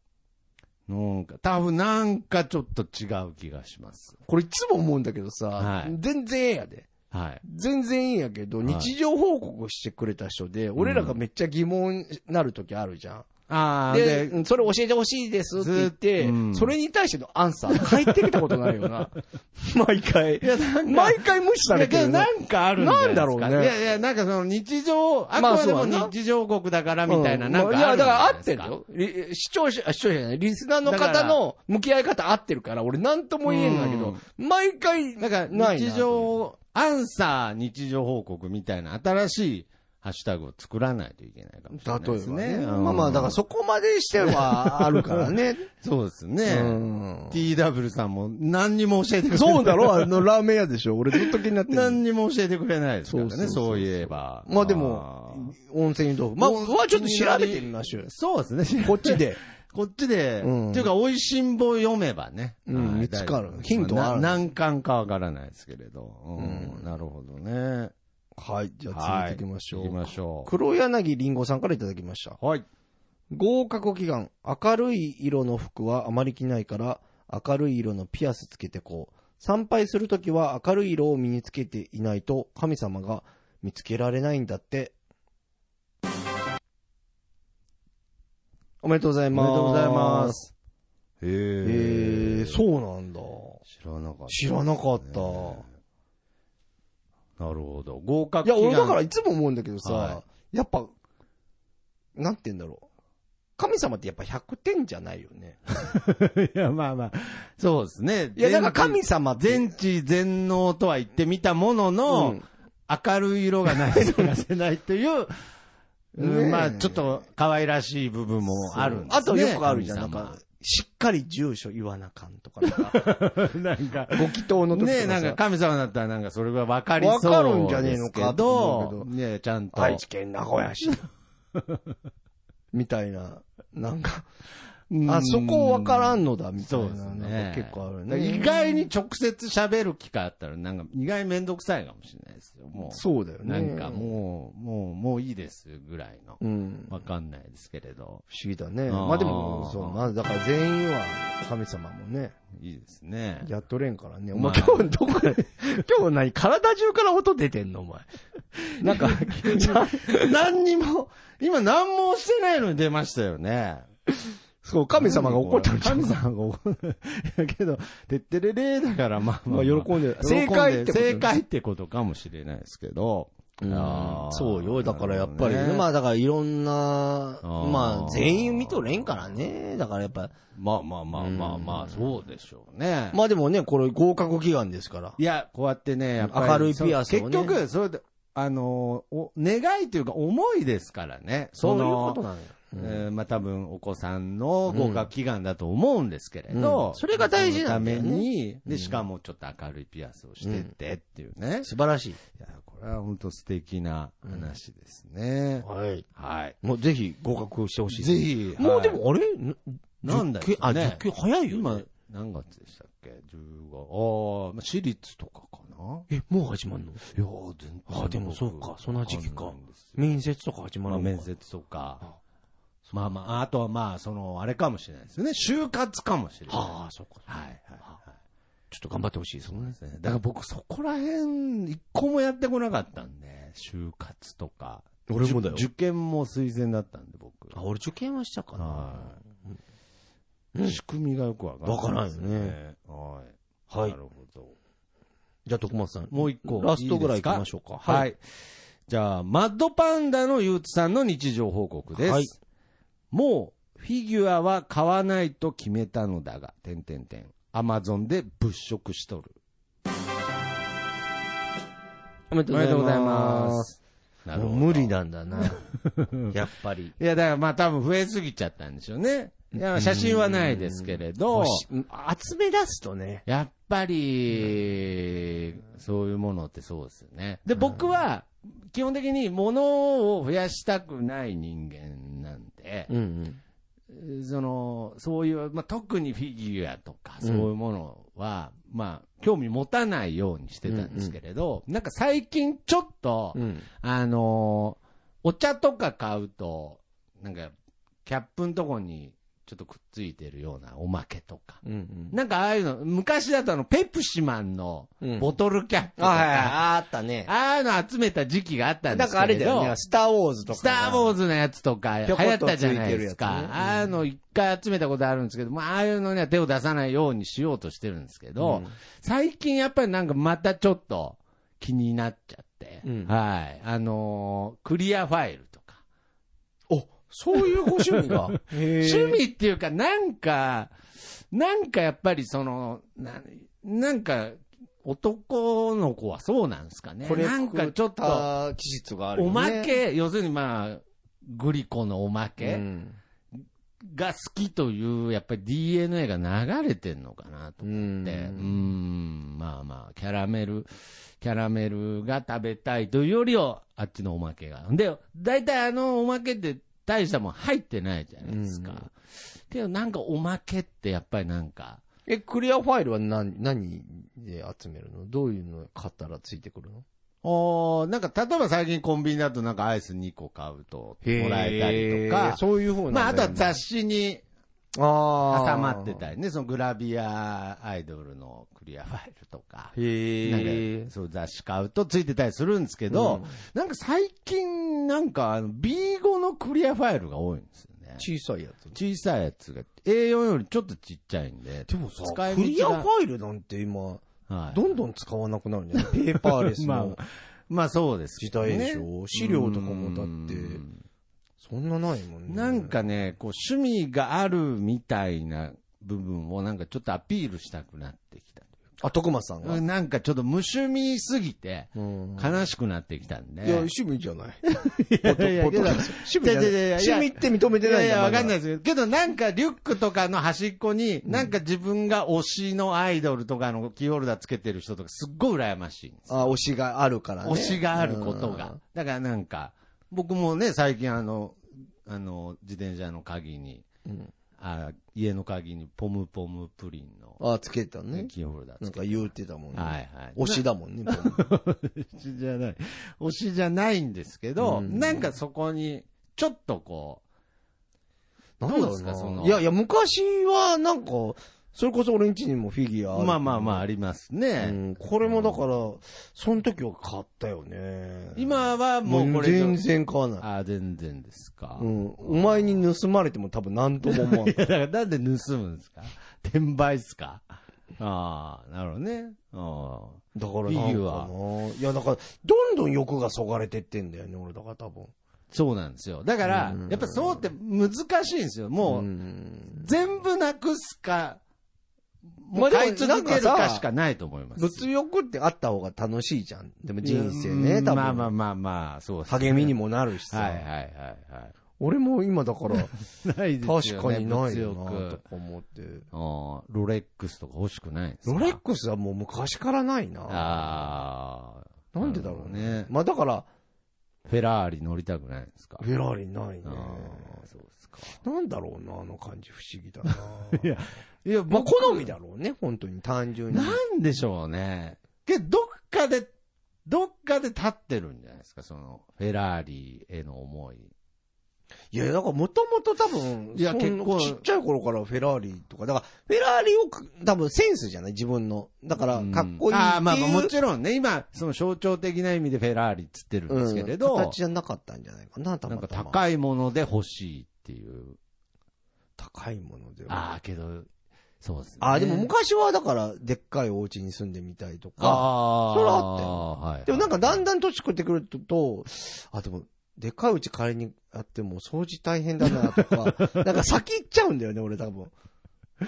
Speaker 2: なんか、多分なんかちょっと違う気がします。
Speaker 1: これいつも思うんだけどさ、
Speaker 2: はい
Speaker 1: 全然ええやで。
Speaker 2: はい。
Speaker 1: 全然いいんやけど、
Speaker 2: はい
Speaker 1: 日常報告してくれた人で、俺らがめっちゃ疑問なる時あるじゃ
Speaker 2: あ
Speaker 1: ん。
Speaker 2: あ、
Speaker 1: で、
Speaker 2: で、
Speaker 1: うんそれ教えてほしいですって言って、
Speaker 2: ずうん
Speaker 1: それに対してのアンサー返ってきたことないよ な。毎回。毎回無視され
Speaker 2: だ
Speaker 1: て
Speaker 2: け
Speaker 1: る
Speaker 2: ど
Speaker 1: よね、
Speaker 2: なんかあるんじゃない
Speaker 1: なん
Speaker 2: ですか
Speaker 1: だろうね
Speaker 2: いやいや、なんかその日常、あくまでも日常国だからみたいな、
Speaker 1: うん
Speaker 2: なんか
Speaker 1: いや、だから合
Speaker 2: ある
Speaker 1: っ
Speaker 2: んじ
Speaker 1: て
Speaker 2: ゃ
Speaker 1: る
Speaker 2: ないですか。
Speaker 1: よ。り視聴者、あ視聴者じゃない、リスナーの方の向き合い方合ってるから、俺なんとも言えんだけど、毎回、
Speaker 2: だから
Speaker 1: ないな
Speaker 2: 日常、アンサー日常報告みたいな新しいハッシュタグを作らないといけないかもしれないですね。うん
Speaker 1: まあまあ、だからそこまでしてはあるから ね。
Speaker 2: そうですね。
Speaker 1: うん。
Speaker 2: TW さんも何にも教えてくれない。
Speaker 1: そうだろあの、ラーメン屋でしょ俺ずっと気になってる。
Speaker 2: 何にも教えてくれないですからね、
Speaker 1: そ
Speaker 2: そう
Speaker 1: そう
Speaker 2: う
Speaker 1: そうそう
Speaker 2: いえば。
Speaker 1: まあでも、温泉湯豆腐。まあ、
Speaker 2: 温泉
Speaker 1: はちょっと調べてみましょうよ。
Speaker 2: そうですね。
Speaker 1: こっちで。
Speaker 2: こっちで、
Speaker 1: うん
Speaker 2: っていうか、美味しんぼ読めばね。
Speaker 1: うん
Speaker 2: はい
Speaker 1: 見つかる
Speaker 2: 大丈夫
Speaker 1: ヒントはある
Speaker 2: な何巻かわからないですけれど。うんなるほどね。
Speaker 1: はい。じゃあ、続いていきましょ
Speaker 2: 行き
Speaker 1: う。
Speaker 2: ましょ
Speaker 1: 黒柳りんごさんからいただきました。
Speaker 2: う。はい。
Speaker 1: 合格祈願。明るい色の服はあまり着ないから、明るい色のピアスつけてこう。参拝するときは明るい色を身につけていないと、神様が見つけられないんだって。おめでとうございます。
Speaker 2: おめでとうございます。へ
Speaker 1: えー、
Speaker 2: ー
Speaker 1: そうなんだ。
Speaker 2: 知らなかった。
Speaker 1: 知らなかった。
Speaker 2: なるほど。合格
Speaker 1: いや、
Speaker 2: 祈願
Speaker 1: 俺だからいつも思うんだけどさ、
Speaker 2: は
Speaker 1: やっぱ、なんて言うんだろう。神様ってやっぱ100点じゃないよね。
Speaker 2: いや、まあまあ。そうですね。
Speaker 1: いや、なんか神様って。
Speaker 2: 全知全能とは言ってみたものの、
Speaker 1: うん
Speaker 2: 明るい色 がないと出せないという、うん
Speaker 1: ねえ
Speaker 2: まあちょっと可愛らしい部分もあるんですね。
Speaker 1: あとよくあるじゃん。なん
Speaker 2: 神様
Speaker 1: か、しっかり住所言わなかんとか、なんか
Speaker 2: なんか、
Speaker 1: ご祈祷の時とか
Speaker 2: ねえ、
Speaker 1: さ
Speaker 2: なんか神様だったらなんかそれが分かりそうですけど。
Speaker 1: 分かるんじゃねえのかと思うけ
Speaker 2: ねえ、ちゃんと。
Speaker 1: 愛知県名古屋市。みたいな、なんか、
Speaker 2: うん
Speaker 1: あそこわからんのだ、みたい
Speaker 2: そう
Speaker 1: な。
Speaker 2: です
Speaker 1: なん
Speaker 2: ね。
Speaker 1: か結構ある
Speaker 2: だから
Speaker 1: ね。
Speaker 2: 意外に直接喋る機会あったら、なんか意外にめんどくさいかもしれないですよ。も
Speaker 1: そうだよ
Speaker 2: う、な
Speaker 1: ね。
Speaker 2: んかもう、もう、もういいですぐらいの。
Speaker 1: う。ん。
Speaker 2: わかんないですけれど。
Speaker 1: 不思議だね。
Speaker 2: あー
Speaker 1: まあでも、そう、まあだから全員は神様もね、
Speaker 2: いいですね。
Speaker 1: やっとれんからね。お前
Speaker 2: まあ
Speaker 1: 今日どこで、 今日何体中から音出てんのお前。なん か、
Speaker 2: 何にも、今何もしてないのに出ましたよね。
Speaker 1: そう、神様が怒ってるじゃん
Speaker 2: 神様が怒る。いやけど、てってれれだから、まあま
Speaker 1: ま
Speaker 2: あ、
Speaker 1: あ、喜んでる。
Speaker 2: 喜ん
Speaker 1: 正
Speaker 2: で
Speaker 1: 解ってこと
Speaker 2: 正解ってことかもしれないですけど。あー
Speaker 1: そうよ。だからやっぱり、
Speaker 2: なるほど
Speaker 1: ね、
Speaker 2: ね
Speaker 1: まあだからいろんな、
Speaker 2: ー
Speaker 1: まあ全員見とれんからね。だからやっぱ、
Speaker 2: まあまあまあまあまあ、そうでしょうね。
Speaker 1: まあでもね、これ合格祈願ですから。
Speaker 2: いや、こうやってね、やっぱり。
Speaker 1: 明るいピアスをね
Speaker 2: そう結局、それで、あのお願いというか思いですからね。
Speaker 1: そういう
Speaker 2: の
Speaker 1: ことなのよ。うん
Speaker 2: えーまあ多分お子さんの合格祈願だと思うんですけれど、
Speaker 1: うんそれが大事なんだよね
Speaker 2: そのために、で、しかもちょっと明るいピアスをしてってっていうね。い
Speaker 1: 素晴らしい。
Speaker 2: や、これは本当素敵な話ですね。
Speaker 1: はい。
Speaker 2: はい。
Speaker 1: もうぜひ合格してほしい。
Speaker 2: ぜひ、
Speaker 1: も
Speaker 2: は
Speaker 1: う
Speaker 2: い
Speaker 1: で、もあれ
Speaker 2: なんだよ
Speaker 1: よ。
Speaker 2: ね
Speaker 1: あ、10級早いよ、
Speaker 2: 今
Speaker 1: 今。、
Speaker 2: 何月でしたっけ ?15。ああ、まあ、私立とかかな
Speaker 1: え、もう始まるの
Speaker 2: いやー、全然。
Speaker 1: あでもそうかそんな時期か
Speaker 2: わんないんですよ
Speaker 1: 面接とか始ま
Speaker 2: まあ、
Speaker 1: るの
Speaker 2: 面
Speaker 1: か。
Speaker 2: 接とか。まあまあ、あとはまあ、その、あれかもしれないですよね。就活かもしれない。
Speaker 1: はあ、そっか。
Speaker 2: はい、はい、はい。
Speaker 1: ちょっと頑張ってほしいです
Speaker 2: そ
Speaker 1: も
Speaker 2: うんで
Speaker 1: ね。
Speaker 2: すね。だから僕、そこら辺、一個もやってこなかったんで、就活とか。
Speaker 1: 俺もだよ
Speaker 2: 受受験も推薦だったんで、僕。
Speaker 1: あ、俺受験はしたかな。
Speaker 2: は仕組みがよくわからないです、
Speaker 1: わからない
Speaker 2: ね。はい。
Speaker 1: はい
Speaker 2: な。るほど。
Speaker 1: じゃあ、徳松さん。
Speaker 2: もう一個
Speaker 1: ラストぐらい
Speaker 2: いいです
Speaker 1: 行
Speaker 2: か
Speaker 1: きましょうか。
Speaker 2: はい。。じゃあ、マッドパンダのゆうつさんの日常報告です。
Speaker 1: はい
Speaker 2: もう、フィギュアは買わないと決めたのだが、点点点。アマゾンで物色しとる。
Speaker 1: おめで
Speaker 2: おめで
Speaker 1: と
Speaker 2: と
Speaker 1: うご
Speaker 2: うご
Speaker 1: ざ
Speaker 2: ざ
Speaker 1: い
Speaker 2: い
Speaker 1: ま
Speaker 2: ますす。。なる ほど
Speaker 1: もう無理なんだな。やっぱり。
Speaker 2: いや、だからまあ多分増えすぎちゃったんでしょうね。いや、写真はないですけれど
Speaker 1: も、し集め出すとね。
Speaker 2: やっぱり、そういうものってそうですよね。で、僕は、基本的に物を増やしたくない人間なんで、
Speaker 1: うんうん。
Speaker 2: その、そういう、まあ、特にフィギュアとか、そういうものは、まあ、興味持たないようにしてたんですけれど、なんか最近ちょっと、
Speaker 1: うん。
Speaker 2: あのーお茶とか買うと、なんか、キャップのとこにちょっとくっついてるようなおまけとか。
Speaker 1: うんうん。
Speaker 2: なんかああいうの、昔だとあの、ペプシマンの
Speaker 1: うん
Speaker 2: ボトルキャップと
Speaker 1: あ、はいはい
Speaker 2: か、
Speaker 1: あったね。
Speaker 2: ああいうの集めた時期があったんで
Speaker 1: だ
Speaker 2: す
Speaker 1: からあ
Speaker 2: け
Speaker 1: れ
Speaker 2: れ
Speaker 1: だ
Speaker 2: ど、
Speaker 1: よね、スター・ウォーズとか。
Speaker 2: スター・ウォー
Speaker 1: ズ。
Speaker 2: ズのやつとか、流
Speaker 1: ぴょこっ
Speaker 2: 行っ
Speaker 1: と
Speaker 2: たじゃないですか。
Speaker 1: ついてるやつね
Speaker 2: ああいうの一回集めたことあるんですけど、まあ、ああいうのには手を出さないようにしようとしてるんですけど、
Speaker 1: うん
Speaker 2: 最近やっぱりなんかまたちょっと気になっちゃって、
Speaker 1: うん
Speaker 2: はい。あのークリアファイルとか。
Speaker 1: お、そういうご趣味 が。へ
Speaker 2: 趣味っていうか、なんか、なんかやっぱりその、ななんか、男の子はそうなんですかね。
Speaker 1: これ
Speaker 2: なんかちょっと、
Speaker 1: と、期日がある
Speaker 2: お
Speaker 1: よね。
Speaker 2: まけ、要するにまあ、グリコのおまけ、
Speaker 1: うん
Speaker 2: が好きという、やっぱり DNA が流れてんのかなと
Speaker 1: う。
Speaker 2: 思って、うんん、まあまあ、キャラメル、キャラメルが食べたいというよりは、あっちのおまけが。で、大体あのおまけって大したもん入ってないじゃないですか。
Speaker 1: うん
Speaker 2: けどなんかおまけってやっぱりなんか、
Speaker 1: え、クリアファイルは何、何で集めるのどういうの買ったらついてくるの
Speaker 2: おーなんか例えば最近コンビニだとなんかアイス2個買うともらえたりと
Speaker 1: へー
Speaker 2: か、
Speaker 1: そういう方なんだ
Speaker 2: まああとは
Speaker 1: 雑
Speaker 2: 雑誌に
Speaker 1: あ
Speaker 2: 挟まってた
Speaker 1: り。
Speaker 2: りね、そのグラビアアイドルのクリアファイルとか。
Speaker 1: へ
Speaker 2: なん
Speaker 1: え
Speaker 2: か。そう雑誌買うとついてたりするんですけど、なんか最近、なんかあの B5 のクリアファイルが多いんですよね。
Speaker 1: 小さいやつ。
Speaker 2: 小さいやつが A4 よりちょっとちっちゃいんで、
Speaker 1: でもさ、
Speaker 2: 使い道
Speaker 1: ク
Speaker 2: が
Speaker 1: リアファイルなんて今、
Speaker 2: はい、
Speaker 1: どんどん使わなくなるんじゃ ないペーパーレス
Speaker 2: ま
Speaker 1: の
Speaker 2: あまあそうですけ
Speaker 1: 時
Speaker 2: どね
Speaker 1: 代でしょ、資料とかもだって
Speaker 2: う、
Speaker 1: そんなないもんね。
Speaker 2: なん、かね、こう趣味があるみたいな部分をなんかちょっとアピールしたくなってきた。
Speaker 1: あ、徳松さんが。
Speaker 2: なんかちょっと無趣味すぎて、
Speaker 1: うん
Speaker 2: 悲しくなってきたんで。
Speaker 1: いや、趣味じ ゃない。
Speaker 2: いやいや
Speaker 1: ポトポト
Speaker 2: けど
Speaker 1: 趣味じゃない
Speaker 2: いやいやいやい
Speaker 1: 趣
Speaker 2: や
Speaker 1: 味って認めて
Speaker 2: い
Speaker 1: な
Speaker 2: や
Speaker 1: い
Speaker 2: い
Speaker 1: んだ。
Speaker 2: や、わかんないいですけど、けどなんかリュックとかの端っこに、なんか自分が推しのアイドルとかのキーホルダーつけてる人とか、すっごい羨ましいんですよ。
Speaker 1: あ、推しがあるからね。
Speaker 2: 推しがあることが。だからなんか、僕もね、最近あの、あの、自転車の鍵に、
Speaker 1: うん。
Speaker 2: あ家の鍵にポムポムプリンの
Speaker 1: あ、つけてたね。
Speaker 2: キーホルダー
Speaker 1: なん
Speaker 2: つけ
Speaker 1: か言うてたもん
Speaker 2: て。は
Speaker 1: ね。
Speaker 2: いはい。
Speaker 1: 推しだもんね。もう
Speaker 2: 推しじゃない。推しじゃないんですけど、
Speaker 1: うん
Speaker 2: なんかそこに、ちょっとこ
Speaker 1: な
Speaker 2: どうですかその
Speaker 1: いやいや、昔はなんか、それこそ俺ん家にもフィギュア
Speaker 2: う、
Speaker 1: る
Speaker 2: まあまあまあありますね。
Speaker 1: うん、これもだから、その時は買ったよね。
Speaker 2: 今はもう
Speaker 1: も
Speaker 2: こ
Speaker 1: う
Speaker 2: れ以上
Speaker 1: 全然買わない。
Speaker 2: あー全然ですか。
Speaker 1: う
Speaker 2: い
Speaker 1: ん。お前に盗まれても多分何とも思わない。
Speaker 2: や、だからなんで盗むんですか転売っすかああ、なるほどね。あ
Speaker 1: だ からなんかな
Speaker 2: フィギュ
Speaker 1: いや、だから、どんどん欲がそがれてってんだよね、俺だから多分。
Speaker 2: そうなんですよ。だから、
Speaker 1: うん
Speaker 2: やっぱそうって難しいんですよ。もう、
Speaker 1: ん。
Speaker 2: 全部なくすか、もう
Speaker 1: まあで
Speaker 2: 買
Speaker 1: も
Speaker 2: い続ける
Speaker 1: なんか
Speaker 2: か
Speaker 1: さ
Speaker 2: しかないと思います。
Speaker 1: 物欲ってあった方が楽しいじゃん。でも人生ね、
Speaker 2: うん
Speaker 1: 多分。
Speaker 2: まあまあまあまあ、そうですね
Speaker 1: 励みにもなるしさ。
Speaker 2: はいはいはい
Speaker 1: 俺も今だから、
Speaker 2: はい。ないです
Speaker 1: 確
Speaker 2: よね
Speaker 1: かにないよ
Speaker 2: 物
Speaker 1: な、と
Speaker 2: 欲
Speaker 1: か思って。
Speaker 2: あーロレックスとか欲しくないですか
Speaker 1: ロレックスはもう昔からないな。
Speaker 2: ああ。
Speaker 1: なんでだろう
Speaker 2: なる
Speaker 1: ね
Speaker 2: ほ。ど
Speaker 1: まあだから、
Speaker 2: フェラーリ乗りたくないですか
Speaker 1: フェラーリないね。
Speaker 2: ああ、そうですか。
Speaker 1: なんだろうな、あの感じ不思議だな。
Speaker 2: いや、いや、
Speaker 1: まあ
Speaker 2: 僕、
Speaker 1: 好みだろうね、本当に単純に。
Speaker 2: なんでしょうね。けど、どっかで、どっかで立ってるんじゃないですか、その、フェラーリへの思い。
Speaker 1: いや、だからもともと多分、
Speaker 2: いや
Speaker 1: そん
Speaker 2: 結構
Speaker 1: ちっちゃい頃からフェラーリとか、だから、フェラーリをか多分センスじゃない自分の。だから、かっこいいっていう、
Speaker 2: うんああ、まあまあもちろんね、今、その象徴的な意味でフェラーリっつってるんですけれど、
Speaker 1: うん形じゃなかったんじゃないかな、た
Speaker 2: なん
Speaker 1: ま
Speaker 2: か
Speaker 1: たま。
Speaker 2: 高いもので欲しいっていう。
Speaker 1: 高いものでは。
Speaker 2: ああ、けど、そうですね。
Speaker 1: ああ、でも昔はだから、でっかいお家に住んでみたいとか。
Speaker 2: ああ、
Speaker 1: それはあったよ
Speaker 2: はいはい。
Speaker 1: でもなんかだんだん年食ってくると、あ、でも、でっかいうち借りにあっても掃除大変だなとか、 なんか先行っちゃうんだよね、俺多分。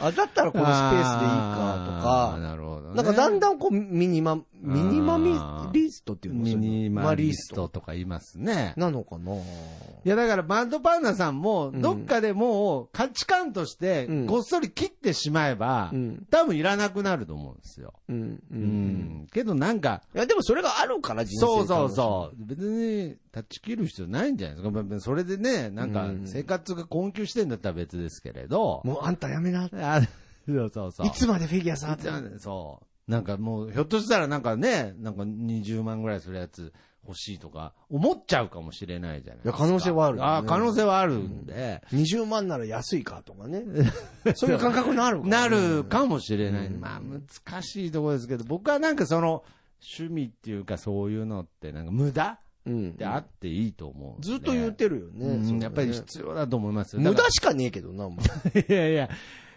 Speaker 1: あ、だったらこのスペースでいいかと
Speaker 2: あー
Speaker 1: か。
Speaker 2: なるほど、ね。
Speaker 1: なんかだんだんこう、ミニマ、ミニマミリストっていうの
Speaker 2: ミニマリ
Speaker 1: そ
Speaker 2: ス。
Speaker 1: ういうの
Speaker 2: トとか言いますね。
Speaker 1: なのかない
Speaker 2: やだからバンドパンダさんも、
Speaker 1: うん
Speaker 2: どっかでもう価値観として
Speaker 1: うん、
Speaker 2: ごっそり切ってしまえば、
Speaker 1: うん、
Speaker 2: 多分いらなくなると思うんですよ。
Speaker 1: うん、う。
Speaker 2: うんん。けどなんか、
Speaker 1: いや、でもそれがあるから、人生
Speaker 2: そうそう
Speaker 1: う。
Speaker 2: そう。別に、断ち切る必要ないんじゃないですかまあ。それでね、なんか
Speaker 1: うん、
Speaker 2: 生活が困窮してんだったら別ですけれど。
Speaker 1: もうあんたやめな。い
Speaker 2: あ そうそうそう。
Speaker 1: つまでフィギュア触って
Speaker 2: なんでそう。なんかもう、ひょっとしたらなんかね、なんか20万ぐらいするやつ欲しいとか、思っちゃうかもしれないじゃないですか。
Speaker 1: いや可能性はあるよね
Speaker 2: あ可能性はあるんで、
Speaker 1: 20万なら安いかと かね。そういう感覚になるからね
Speaker 2: なるかもしれない。
Speaker 1: うん
Speaker 2: まあ、難しいところですけど、僕はなんかその、趣味っていうかそういうのって、なんか無駄
Speaker 1: うん
Speaker 2: ってあっていいと思うんで。
Speaker 1: ずっと言ってるよ
Speaker 2: うん
Speaker 1: ね。
Speaker 2: やっぱり
Speaker 1: そうだね
Speaker 2: 必要だと思いますよ。
Speaker 1: 無
Speaker 2: だ
Speaker 1: 駄しかねえけどな、お前。
Speaker 2: からいやいや。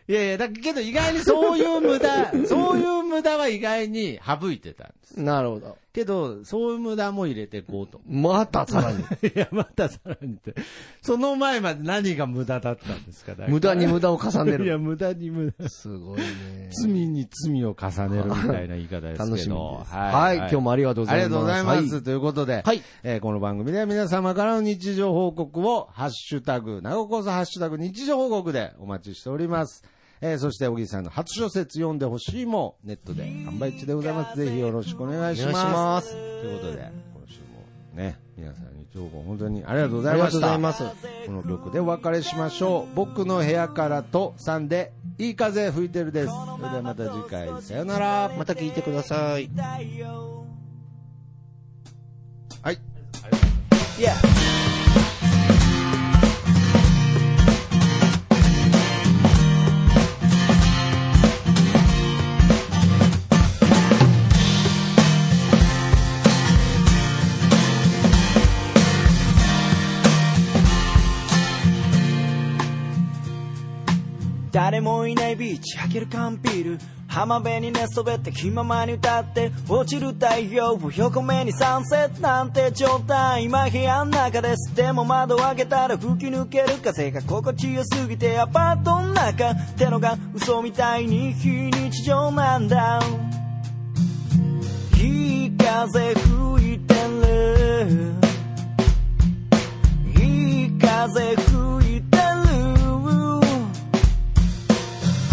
Speaker 2: いやいや、だけど意外にそういう無駄、そういう無駄は意外に省いてたんです。
Speaker 1: なるほど。
Speaker 2: けど、そういう無駄も入れていこうと思って
Speaker 1: またさらに。
Speaker 2: いや、またさらにって。その前まで何が無駄だったんですかだから
Speaker 1: 無駄に無駄を重ね
Speaker 2: いや、
Speaker 1: る。
Speaker 2: 無駄に無駄。
Speaker 1: すごい ね。
Speaker 2: 罪に罪を重ねるみたいな言い方ですけど。
Speaker 1: 楽しみです。はい、今日もありがとうご
Speaker 2: あ
Speaker 1: ざ
Speaker 2: り
Speaker 1: います。
Speaker 2: がとうございます。ということで、
Speaker 1: はい
Speaker 2: えーこの番組では皆様からの日常報告を、ハッシュタグ、長岡こそハッシュタグ日常報告でお待ちしております。えーそして、小木さんの初小説読んでほしいも、ネットで販売中でございます。ぜひよろしくお願いします。
Speaker 1: お願いします
Speaker 2: ということで、今週もね、皆さんに情報本当にありがと
Speaker 1: あ
Speaker 2: うござい
Speaker 1: りがと
Speaker 2: ま
Speaker 1: う
Speaker 2: し
Speaker 1: ござい
Speaker 2: た。
Speaker 1: ます。
Speaker 2: この曲でお別れしましょう。僕の部屋からと3で、いい風吹いてるです。それではまた次回、さよなら。
Speaker 1: また聞いてください。
Speaker 2: はい。
Speaker 4: 誰もいないビーチ開ける缶ビール浜辺に寝そべって気ままに歌って落ちる太陽を横目にサンセットなんて状態今部屋の中ですでも窓を開けたら吹き抜ける風が心地よすぎてアパートの中ってのが嘘みたいに非日常なんだいい風吹いてるいい風吹いてる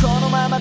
Speaker 4: このまま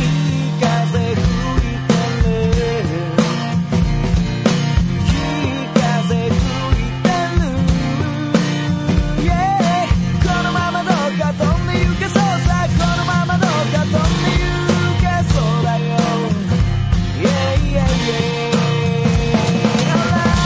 Speaker 4: いい風吹いてるいい風吹いてる、yeah、このままどうか飛んで行けそうさこのままどうか飛んで行けそうだよ Yeah, yeah, yeah. Alright.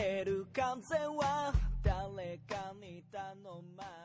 Speaker 4: れる完全は誰かに頼まれ